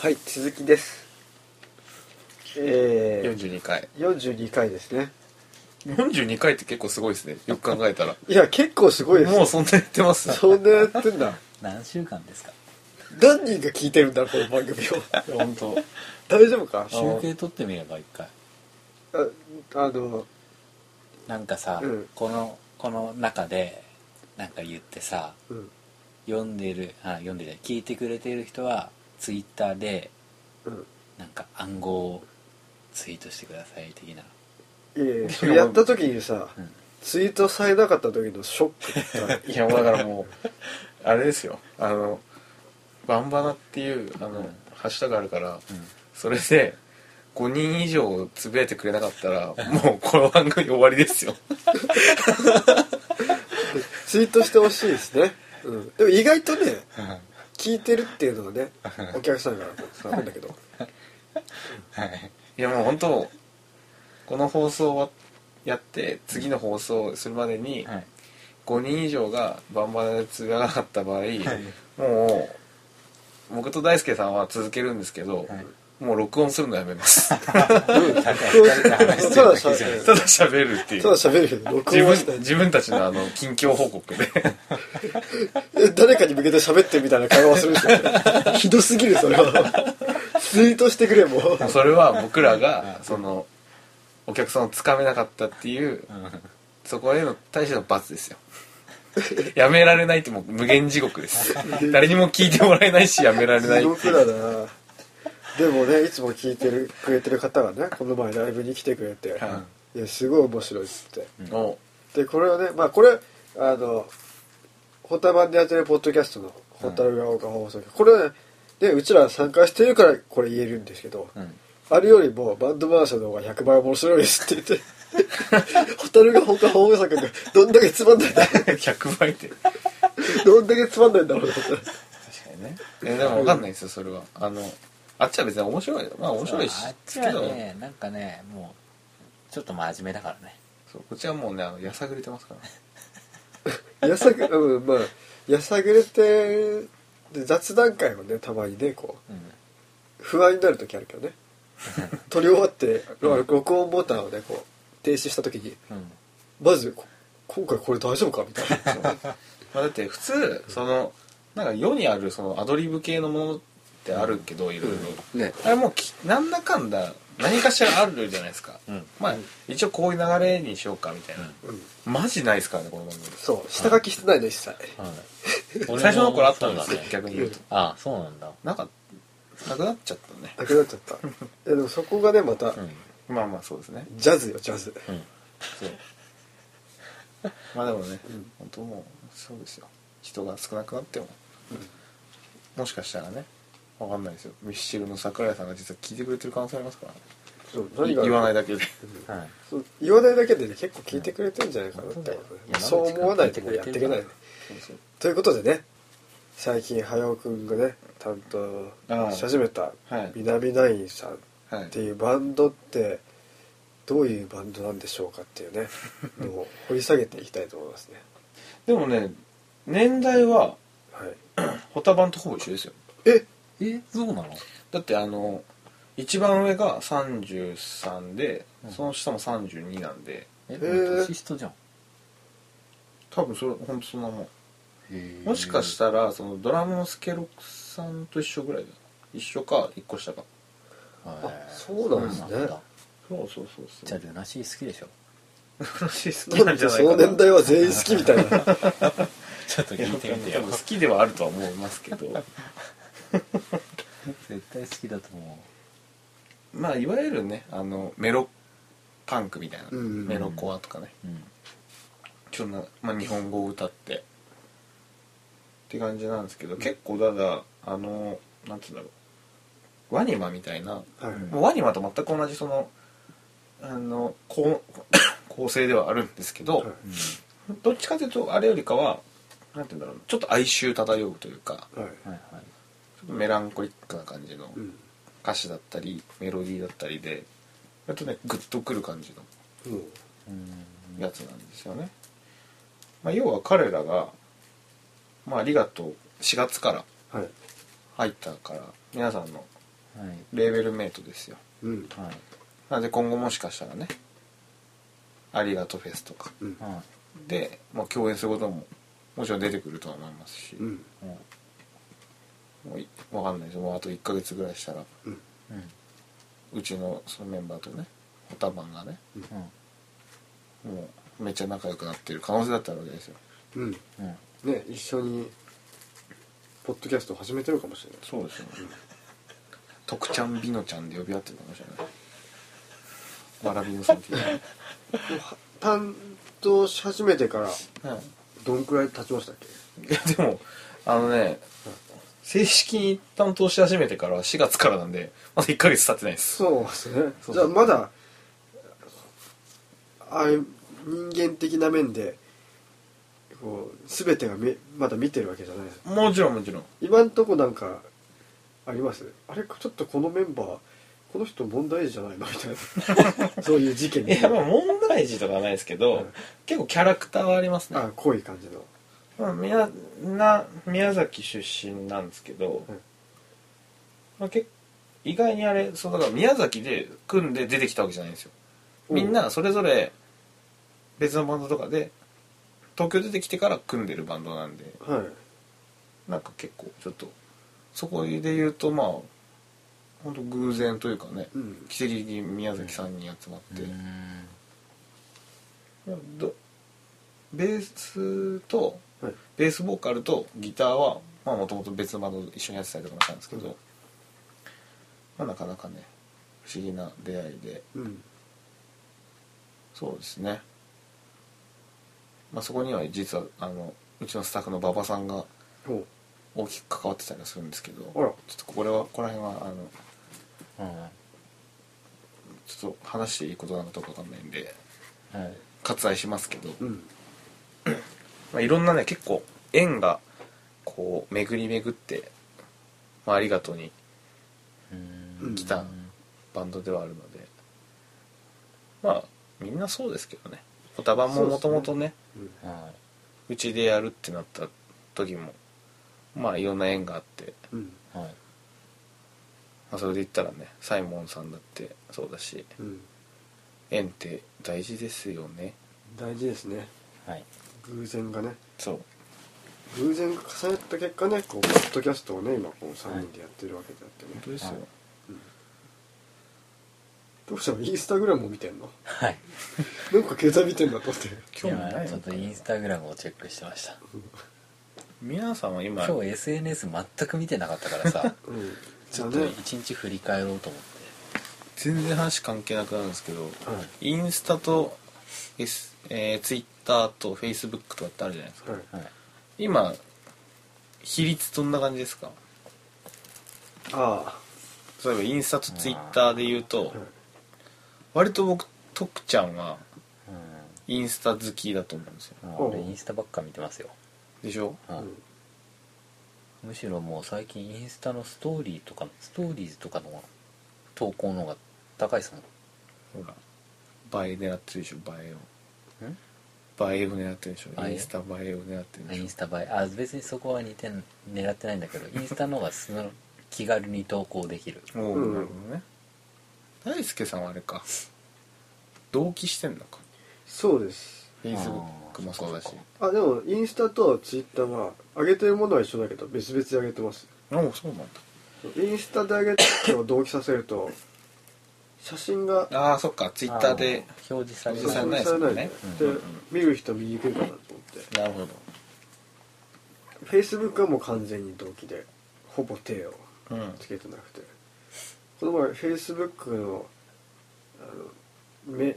はい続きですえ42回ー、42回ですね42回って結構すごいですねよく考えたらいや結構すごいですもうよそんな言ってますそんなやってんだ何週間ですか何人が聞いてるんだろうこの番組を本当大丈夫か集計取ってみれば一回ああのなんかさ、うんこのこの中でなんか言ってさうん読んでるあ読んでる聞いてくれてる人はツイッターでうんなんか暗号をツイートしてください的ないやいやそれやった時にさ、うんツイートされなかった時のショックだねいやもうだからもう あれですよあのバンバナっていうあの、うんハッシュタグあるから、んそれで5人以上つぶやいてくれなかったらもうこの番組終わりです よ ツイートしてほしいですね、うん、でも意外とね聞いてるっていうのはねお客さんがなんだけどいやもう本当この放送をやって次の放送をするまでにはい5人以上がバンバナでつぶやかなかった場合、もう僕と大輔さんは続けるんですけど、はいもう録音するのやめますただしゃべる ただ喋るっていうただしゃべるけど録自音は分して自分たちのあの近況報告でえ誰かに向けて喋ってるみたいな会話するんで すよひどすぎるそれはツイートしてくれもうそれは僕らがそのお客さんをつかめなかったっていうそこへの対しての罰ですよやめられないってもう無限地獄です誰にも聞いてもらえないしやめられない地獄だなでもねいつも聞いてるくれてる方がねこの前ライブに来てくれて、はいやすごい面白いっつっておでこれはねまあこれあのホタバンでやってるポッドキャストの「ホタルが丘放送局」これはねでうちら参加してるからこれ言えるんですけど、んあれよりもバンドマーシャの方が100倍面白いですって言って「ホタルが丘放送局」どんだけつまんないんだ 100倍って確どんだけつまんないんだろうと思ってかにねえでも分かんないですよそれはあのあっちは別に面白いよまあ面白いしあっちけはど、ねなんかねもうちょっと真面目だからねそうこっちはもうねあのやさぐれてますからやさぐうんまあやさぐれてで雑談会もねたまにねこううん不安になる時あるけどね撮り終わって録音ボタンをねこう停止した時にうんまずこ今回これ大丈夫かみたいなまあ、だって普通そのなんか世にあるそのアドリブ系のものってあるけどいろいろ、ねあれもうきなんだかんだ何かしらあるじゃないですか、うんまあ一応こういう流れにしようかみたいな、うんマジないですからねこの番組そう下書きしてないね一切 俺も最初の頃あったんでそすうよ、だね逆に言うとああそうなんだなんかなくなっちゃったねなくなっちゃったいやでもそこがねまた、うんまあまあそうですねジャズよジャズうんそう まあでもね、本当もうそうですよ人が少なくなっても、もしかしたらねわかんないですよミスチルの桜井さんが実は聞いてくれてる可能性ありますからねそうい言わないいだけではいそう言わないだけでね結構聞いてくれてんじゃないかなって思うねうんそう思わないともうやっていけないねそうそうということでね最近早尾くんがね担当し始めたはい南ナインさんはっいていうバンドってどういうバンドなんでしょうかっていうねのを掘り下げていきたいと思いますねでもね年代ははいホタバンとほぼ一緒ですよええそうなのだってあの一番上が33でその下も32なんでえー年下じゃん多分それ本当そんなもんへえもしかしたらそのドラムのスケロクさんと一緒ぐらいだ一緒か一個下かあそうなんですねそうそうそうじそゃうあルナシー好きでしょ楽しい好きななんでんじゃなそいかのな年代は全員好きみたいなちょっといや聞いてみて多よ分好きではあるとは思いますけど絶対好きだと思まあいわゆるねあのメロパンクみたいな、うんメロコアとかねううんちょっとな、まあ、日本語を歌ってって感じなんですけど、結構ただあのなんて言うんだろうワニマみたいな、はいもうワニマと全く同じそのあのこう構成ではあるんですけど、はいどっちかというとあれよりかはなんて言うんだろうちょっと哀愁漂うというかはいはいちはいょっとメランコリックな感じのうん歌詞だったりメロディーだったりでやっとねグッとくる感じのうんうんやつなんですよね、まあ、要は彼らが「まあ、ありがとう」4月からはい入ったから皆さんのはいレーベルメイトですようんはいなんで今後もしかしたらねありがとうフェスとかうんはで、まあ、共演することももちろん出てくるとは思いますし、うんいうんもういわかんないですよもうあと1ヶ月ぐらいしたらうんうんうちのそのメンバーとねホタバンがねもうめっちゃ仲良くなってる可能性だってあるわけですようんうんうんね一緒にポッドキャストを始めてるかもしれないそうですよね徳ちゃん美乃ちゃんで呼び合ってるかもしれないわらびのさんっていう担当し始めてからはいどんくらい経ちましたっけいやでもあのね正式に担当し始めてからは4月からなんでまだ1ヶ月経ってないですそうですねそうそうじゃあまだああいう人間的な面でこう全てがめまだ見てるわけじゃないですもちろんもちろん今んとこなんかありますあれちょっとこのメンバーこの人問題児じゃないのみたい なそういう事件いみたやいまあな問題児とかはないですけど、うん結構キャラクターはありますねあ濃い感じのまあ、宮な宮崎出身なんですけど、うんまあ、け意外にあれそうだから宮崎で組んで出てきたわけじゃないんですよみんなそれぞれ別のバンドとかで東京出てきてから組んでるバンドなんではいなんか結構ちょっとそこで言うとまあ本当偶然というかね、うん奇跡的に宮崎さんに集まって、うんどベースとはいベースボーカルとギターはもともと別のバンドで一緒にやってたりとかもしたんですけど、うんまあ、なかなかね不思議な出会いでうんそうですね、まあ、そこには実はあのうちのスタッフの馬場さんがほ大きく関わってたりはするんですけどちうょあっらとこれはここら辺はあのうんちょっと話していいことなのかどうかわかんないんではい割愛しますけど、うんまあ、いろんなね結構縁がこう巡り巡って、まあ、ありがとうにうん来たバンドではあるのでまあみんなそうですけどねオタバンももともとねうんはうちでやるってなった時もまあいろんな縁があって、うんいはいまあ、それで言ったらねサイモンさんだってそうだしうん縁って大事ですよね大事ですねはい偶然がねそう偶然が重なった結果ねこうポッドキャストをね今こう3人でやってるわけであってね、本当ですよ、はいどうしたのインスタグラムを見てんのはいなんか携帯見てんだと思って興味ないやい ちょっとインスタグラムをチェックしてました皆さんは今今日 SNS 全く見てなかったからさうんちょっだとね一日振り返ろうと思って全然話関係なくなるんですけど、はインスタと、S えー、ツイッターとフェイスブックとかってあるじゃないですかいはいはい今比率どんな感じですかあ例えばインスタとツイッターで言うとあ、はい割と僕徳ちゃんはうインスタ好きだと思うんですよんあおう俺インスタばっか見てますよでしょはいうんむしろもう最近インスタのストーリーとかストーリーズとかの投稿の方が高いですもんほら映え狙ってるでしょ映んえを映えを狙ってるでしょ映えインスタ映えを狙ってるでイしンょスタ映えあ別にそこは似てん狙ってないん だけどインスタの方がその気軽に投稿できるおお、うんなるほどね大輔さんはあれか同期してんのかそうですフェイスブックもそうだしそっかあでもインスタとツイッターは上げてるものは一緒だけど別々で上げてますおおそうなんだインスタで上げてを同期させると写真がああそっかツイッターであー表示され表る示されないです表示もんされないでねで見る人見にくいかなと思ってなるほどフェイスブックはもう完全に同期でほぼ手をうんつけてなくてこの前フェイスブックのあのメ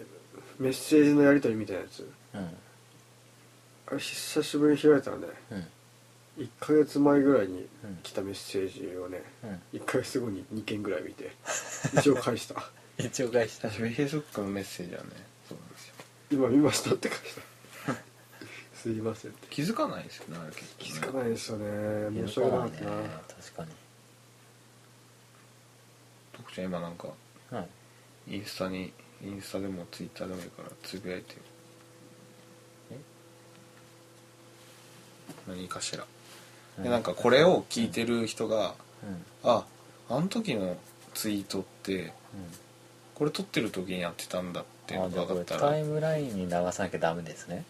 メッセージのやり取りみたいなやつうんあれ久しぶりに開いたらねうん1ヶ月前ぐらいに来たメッセージをねうん1ヶ月後に2件ぐらい見て一応返した 一応返した私フェイスブックのメッセージはねそうなんですよ今見ましたって返した すいませんって気づかないですよねあれ結構ね気づかないですよね申し訳なかったな確か徳ちゃん今なんかにはいインスタにインスタでもツイッターでもいいからつぶやいてよえ何かしら、うんでなんかこれを聞いてる人が、うんああの時のツイートってこれ撮ってる時にやってたんだっていうあのじゃがあ分こかれったタらイムラインに流さなきゃダメですね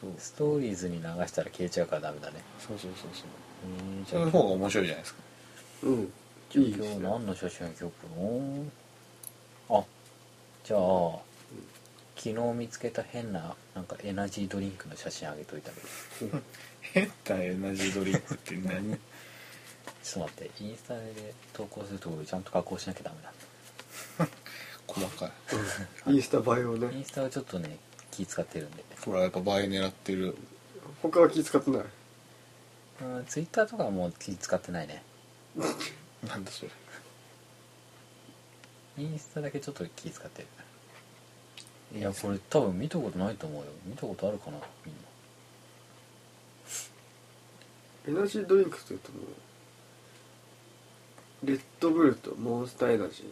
そうストーリーズに流したら消えちゃうからダメだねそうそうそうそうえーじそゃあれの方が面白いじゃないですかうんじいゃあい今です日ね何の写真を今日のあじゃあ昨日見つけた変ななんかエナジードリンクの写真あげといたけど変なエナジードリンクって何 ちょっと待ってインスタで投稿するところちゃんと加工しなきゃダメだ細かいインスタ映えをイねンスタはちょっとね気使ってるんでほらやっぱ倍狙ってる他は気使ってないうんツイッターとかはもう気使ってないねなんだそれインスタだけちょっと気使ってるいやこれ多分見たことないと思うよ見たことあるかなみんなエナジードリンクというともうレッドブルとモンスターエナジ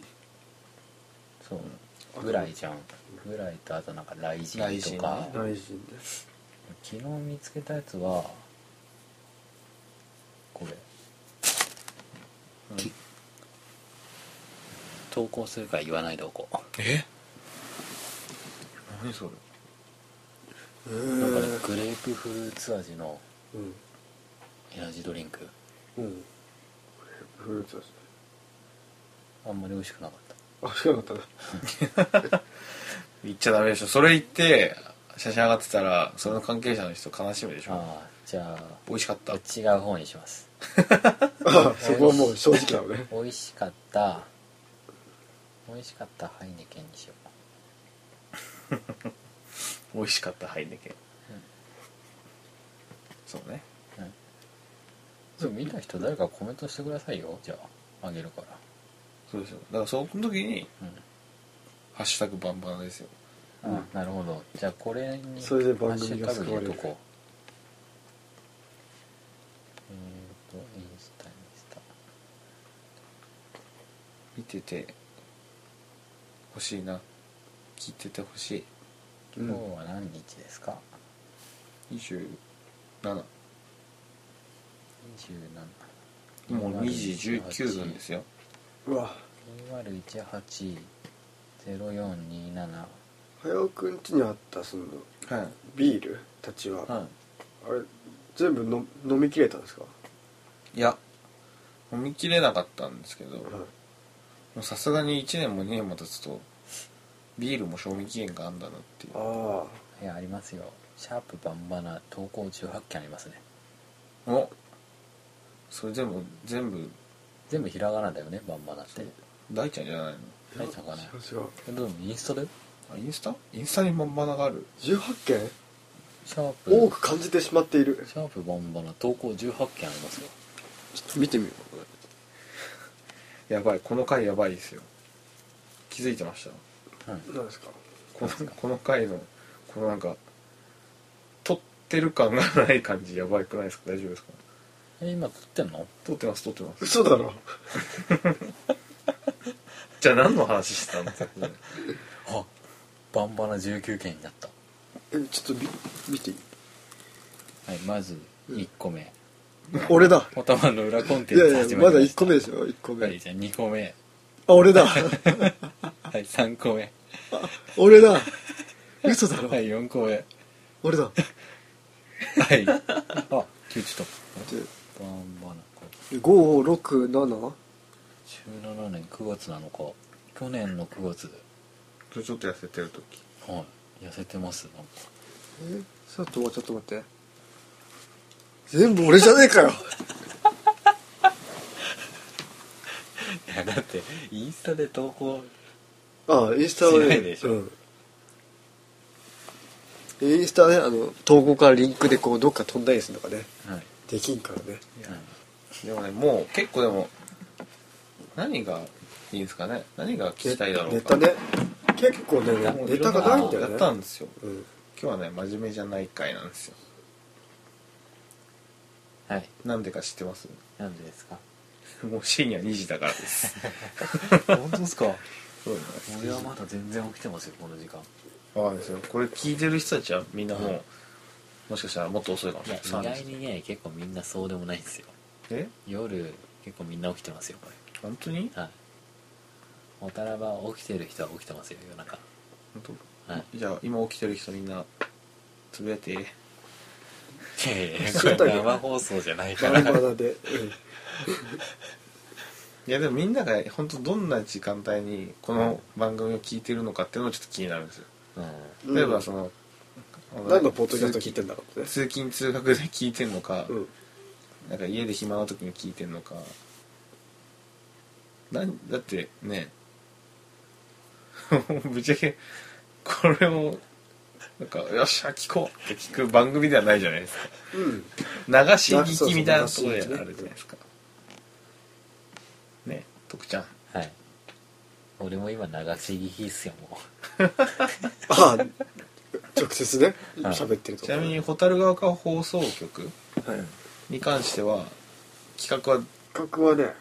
そうぐらいじゃんぐらいとあとなんか雷神とか、ー大臣です昨日見つけたやつはこれ、き投稿するから言わないでおこうえ何それへなんかねえグレープフルーツ味のうんエナジードリンクうんフルーツですねあんまり美味しくなかっあ知らなかったな言っちゃダメでしょそれ言って写真上がってたらそれの関係者の人悲しむでしたょああじゃ美味しかったあ違う方にしますあそこはもう正直なのね美味しかった美味しかったハイネケンにしよう美味しかったハイネケン、んそうねそう見た人誰かコメントしてくださいよじゃああげるからそうですよだからその時にうん「ハッシュタグバンバン」ですよあなるほどじゃあこれにそれで番組がハッシュタグ救われる入とこうえーとインスタインスタ見てて欲しいな聞いてて欲しう今ん日は何日ですか、い27もう27 2時19分ですすようわ20180427早尾くん家にあったそのはビールたちは、い、はあれ全部の飲みきれたんですか、い、いや飲みきれなかったんですけどうんもうさすがに1年も2年も経つとビールも賞味期限があんだなっていうああいやありますよシャープバンバナ投稿18件ありますねおそれ全部全部全部ひらがなだよねバンバナって大ちゃんじゃないの大ちゃんかな違う違うえでもインスタだよあインスタインスタにまんまながある18件シャープ多く感じてしまっているシャープバンバナ投稿18件ありますよちょっと見てみようこやばいこの回やばいですよ気づいてましたはいれ何ですかこのこの回のこのなんか撮ってる感がない感じやばくないですか大丈夫ですかえ今撮ってんの撮ってます撮ってます嘘だろじゃあ何の話してたの さっきのあバンバナ19件になったえちょっとみ見ていいはいまず1個目俺だおたまの裏コンテいンやツいや始ままりだまし1た個目ですよ1個目、はいじゃあ2個目あ俺だはい3個目俺だ嘘だろ、はい4個目 はい俺だであ九ちょっとバンバナこれ567 17年9月なのか去年の9月それちょっと痩せてる時はい痩せてますなんかえちょっとちょっと待って全部俺じゃねえかよいやだってインスタで投稿ああインスタはしなねいでしょうん、インスタはねあの投稿からリンクでこうどっか飛んだりするのかねはいできんからねはいでもねもう結構でも何がいいんですかね何が聞きたいだろうネかタね結構ねもうネタがないんだやよったねんですようん今日はね真面目じゃない回なんですよはいなんでか知ってますなんでですかもう深夜2時だからです 本当です かそうなんです俺はまだ全然起きてますよこの時間わかんないですよこれ聞いてる人たちはみんなもう、もしかしたらもっと遅いかもしいれやない意外にね結構みんなそうでもないんですよえ夜結構みんな起きてますよこ本当にれはいおたらば起きてる人は起きてますよ夜中本 はい当じゃあ今起きてる人みんなつぶやいていやいやいやそうだけどこれ生放送じゃないかバラらバラ で、いやでもみんなが本当どんな時間帯にこの番組を聞いてるのかっていうのがちょっと気になるんですようん例えばその、うん何のポッドキャスト聞いてんだろうね通勤通学で聞いてんのか、うんなんか家で暇な時に聞いてんのかなんだってね ぶっちゃけこれをなんか「よっしゃ聞こう」って聞く番組ではないじゃないですかうん流し聞きみたいなところであるじゃないですかね徳ちゃんはい俺も今流し聞きっすよもああ直接ねはい喋ってるとちなみに蛍ヶ丘放送局はいに関しては企画は企画はね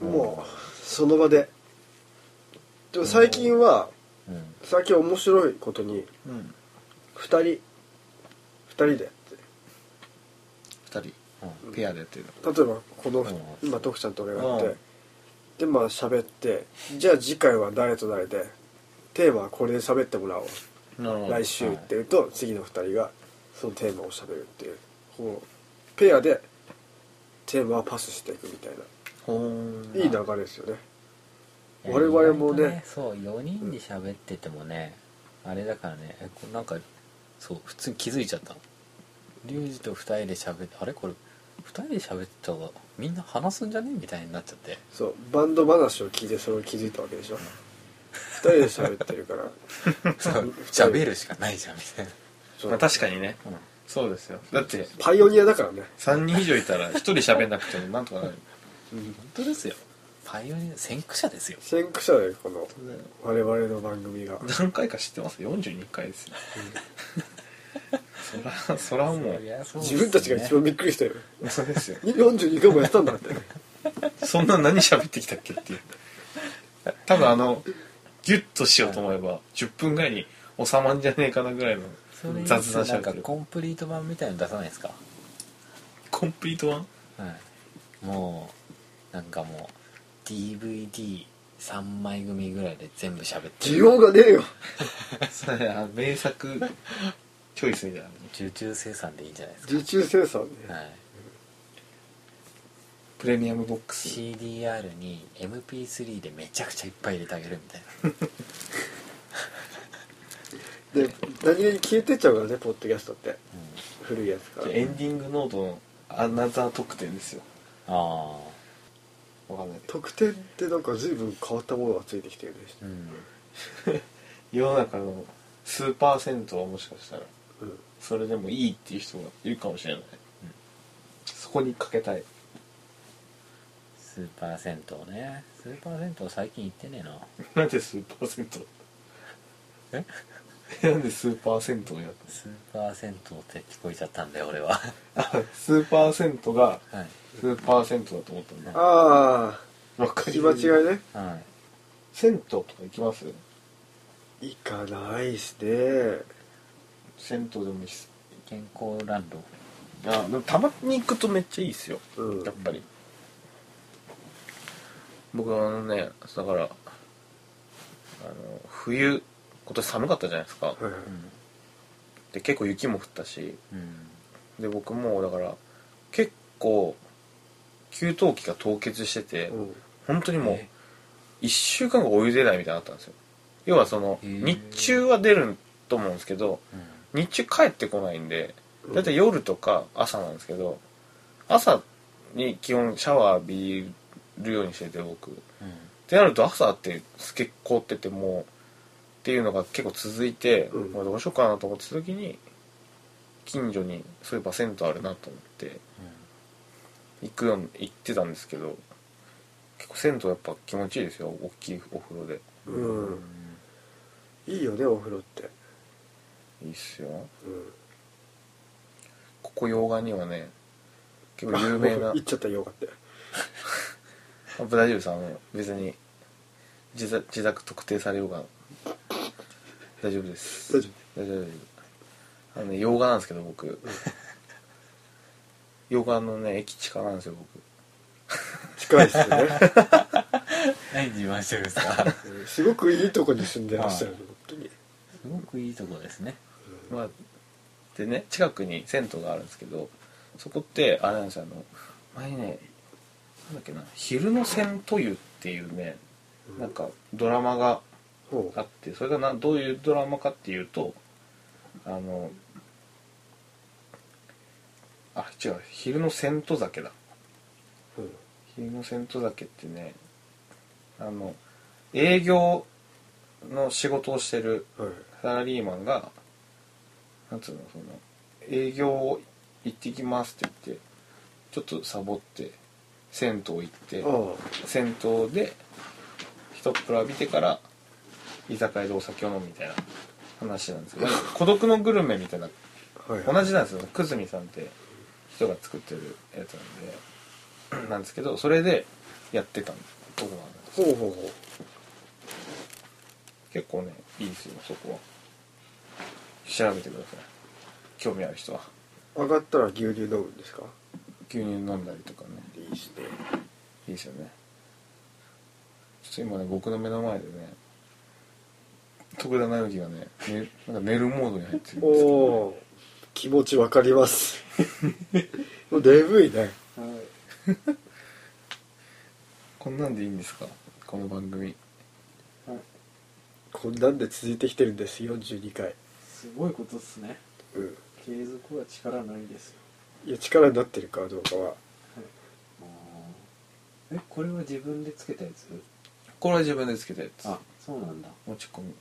もうその場ででも最近はう、うん、最近面白いことにうん2人2人でやって2人うんペアでやってるの例えばこのうん今徳ちゃんと俺がやっうんてでまあ喋ってじゃあ次回は誰と誰でテーマはこれで喋ってもらおうなるほど来週っていうと次の2人がそのテーマを喋るっていうこうペアでテーマはパスしていくみたいなほーんいい流れですよね我々もね意外とそう4人で喋っててもね、あれだからねえこなんかそう普通に気づいちゃったのリュウジと2人で喋ってあれこれ2人で喋ってたらみんな話すんじゃねみたいになっちゃってそうバンド話を聞いてそれを気づいたわけでしょ2人で喋ってるから そう 喋るしかないじゃんみたいなそうまあ、確かにね、うんそうですよだってパイオニアだからね3人以上いたら1人喋んなくてもなんとかなる本当ですよパイオニア先駆者ですよ先駆者だよこの我々の番組が何回か知ってます42回ですよそらそらもう自分たちが一番びっくりしたよそうですよ42回もやったんだってそんな何喋ってきたっけっていう多分あのギュッとしようと思えば10分ぐらいに収まんじゃねえかなぐらいのそれ雑談しなゃんかるコンプリート版みたいの出さないですかコンプリートワンはい、もうなんかもう DVD3 枚組ぐらいで全部喋って需要がねえよそれあ名作チョイスみたいな受注生産でいいんじゃないです受注生産ねか、はい、プレミアムボックス CDR に MP3 でめちゃくちゃいっぱい入れてあげるみたいなで何気に消えてっちゃうからねポッドキャストって古いやつからエンディングノートのアナザー特典ですよあわかんない特典ってなんか随分変わったものがついてきてるねあうん世の中の数パーセントはもしかしたらうんそれでもいいっていう人がいるかもしれない、そこにかけたい スーパー銭湯ねスーパー銭湯最近行ってねえななんで数パーセントえ なんで数パーセントをやっスーパー銭湯って聞こえちゃったんだよ俺は た数パーセントがはい、数パーセントだと思ったんだあわあか聞りきま間す銭違いねはい、湯とか行きます行かないっすね銭湯でもいいっす健康ランドあでもたまに行くとめっちゃいいっすようんやっぱり僕はあのねだからあの冬今年寒かったじゃないですか、はいはうんで結構雪も降ったしうんで僕もうだから結構給湯器が凍結してて、いうん本当にもうえ1週間がお湯出ないみたいになったんですよ要はそのへー日中は出ると思うんですけど日中帰ってこないんでうんだいたい夜とか朝なんですけど朝に基本シャワー浴びるようにしてて僕っうんてなると朝って結構凍っててもうっていうのが結構続いて、うんもうどうしようかなと思ってた時に近所にそういえば銭湯あるなと思って行くように行ってたんですけど結構銭湯やっぱ気持ちいいですよ大きいお風呂でううんんいいよねお風呂っていいっすようんここ洋画にはね結構有名な 行っちゃったよかったあ大丈夫ですあの別に自宅自宅特定されようが大丈夫です大丈大丈夫大丈夫あのね洋画なんですけど僕洋画のね駅近なんですよ僕近いっすよね何自慢してるんですかすうんすごくいいとこに住んでらっしゃるの本当に ごくいいとこですねまあ、でね近くに銭湯があるんですけどそこってあれなんですよあの前ねなんだっけな「昼の銭湯湯」っていうねうんなんかドラマがほうあってそれがなどういうドラマかっていうとあのあ違う「昼の銭湯酒」だうん昼の銭湯酒ってねあの営業の仕事をしてるはいサラリーマンがなんつうのその営業行ってきますって言ってちょっとサボって銭湯行ってあ銭湯で一っ風呂浴びてから居酒屋でお酒を飲むみたいな話なんですけどなんか孤独のグルメみたいなあはい同じなんですよ久住さんって人が作ってるやつなんで なんですけどそれでやってた僕はほうほうほ結構ねいいですよそこは調べてください興味ある人はう上がったら牛乳飲むんですか牛乳飲んだりとかねいいですねいいですよねちょっと今ね僕の目の前でね徳田直樹がねねなんか寝るモードに入ってるおんですけど、おー気持ちわかりますもう眠いねこんなんでいいんですかこの番組こんなんで続いてきてるんです42回すごいことですねうん継続は力ないですよいや力になってるかどうかはえこれは自分でつけたやつこれは自分でつけたやつあそうなんだ持ち込み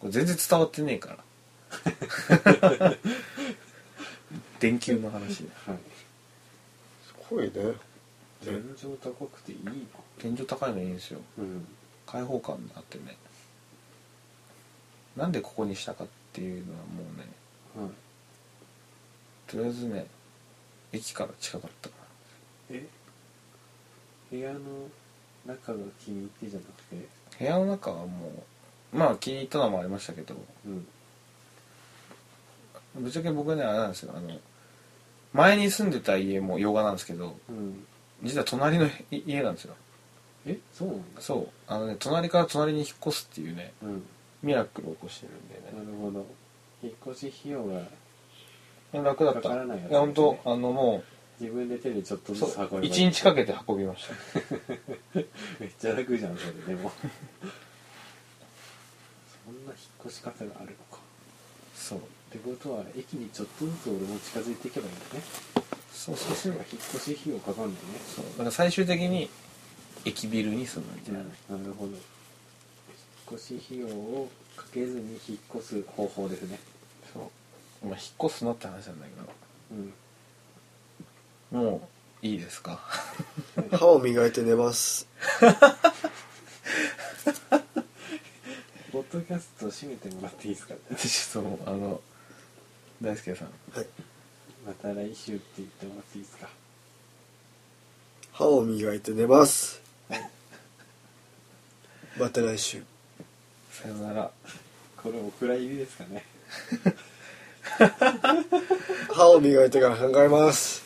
これ全然伝わってねえから電球の話だはいすごいね天井高くていいな天井高いのいいんですようん開放感があってねなんでここにしたかっていうのはもうねはいとりあえずね駅から近かったかえ部屋の中が気に入ってじゃなくてら部屋の中はもうまあ気に入ったのもありましたけどうんぶっちゃけ僕ねあれなんですよあの前に住んでた家も洋画なんですけどうん実は隣のい家なんですよえそうなんだそうあのね隣から隣に引っ越すっていうねうんミラクルを起こしてるんでなねるほど引っ越し費用が楽だったかからないやついや本当あのも自分で手でちょっとうずそうつ運べばいい1日かけて運びましためっちゃ楽じゃんそれでもそんな引っ越し方があるのかそうってことは駅にちょっとずつ俺も近づいていけばいいんだねそうそそううすそうれば引っ越し費用かかんないねそうだから最終的に駅ビルに住むみたいな、なるほど引っ越し費用をかけずに引っ越す方法ですねそうまあ引っ越すのって話なんだうんけどもういいですか 歯を磨いて寝ますポッドキャスト閉めてもらっていいですか ちょっともうあの大輔さんはいまた来週って言ってもらっていいですか歯を磨いて寝ますまた来週さよならこれお蔵入りですかね歯を磨いてから考えます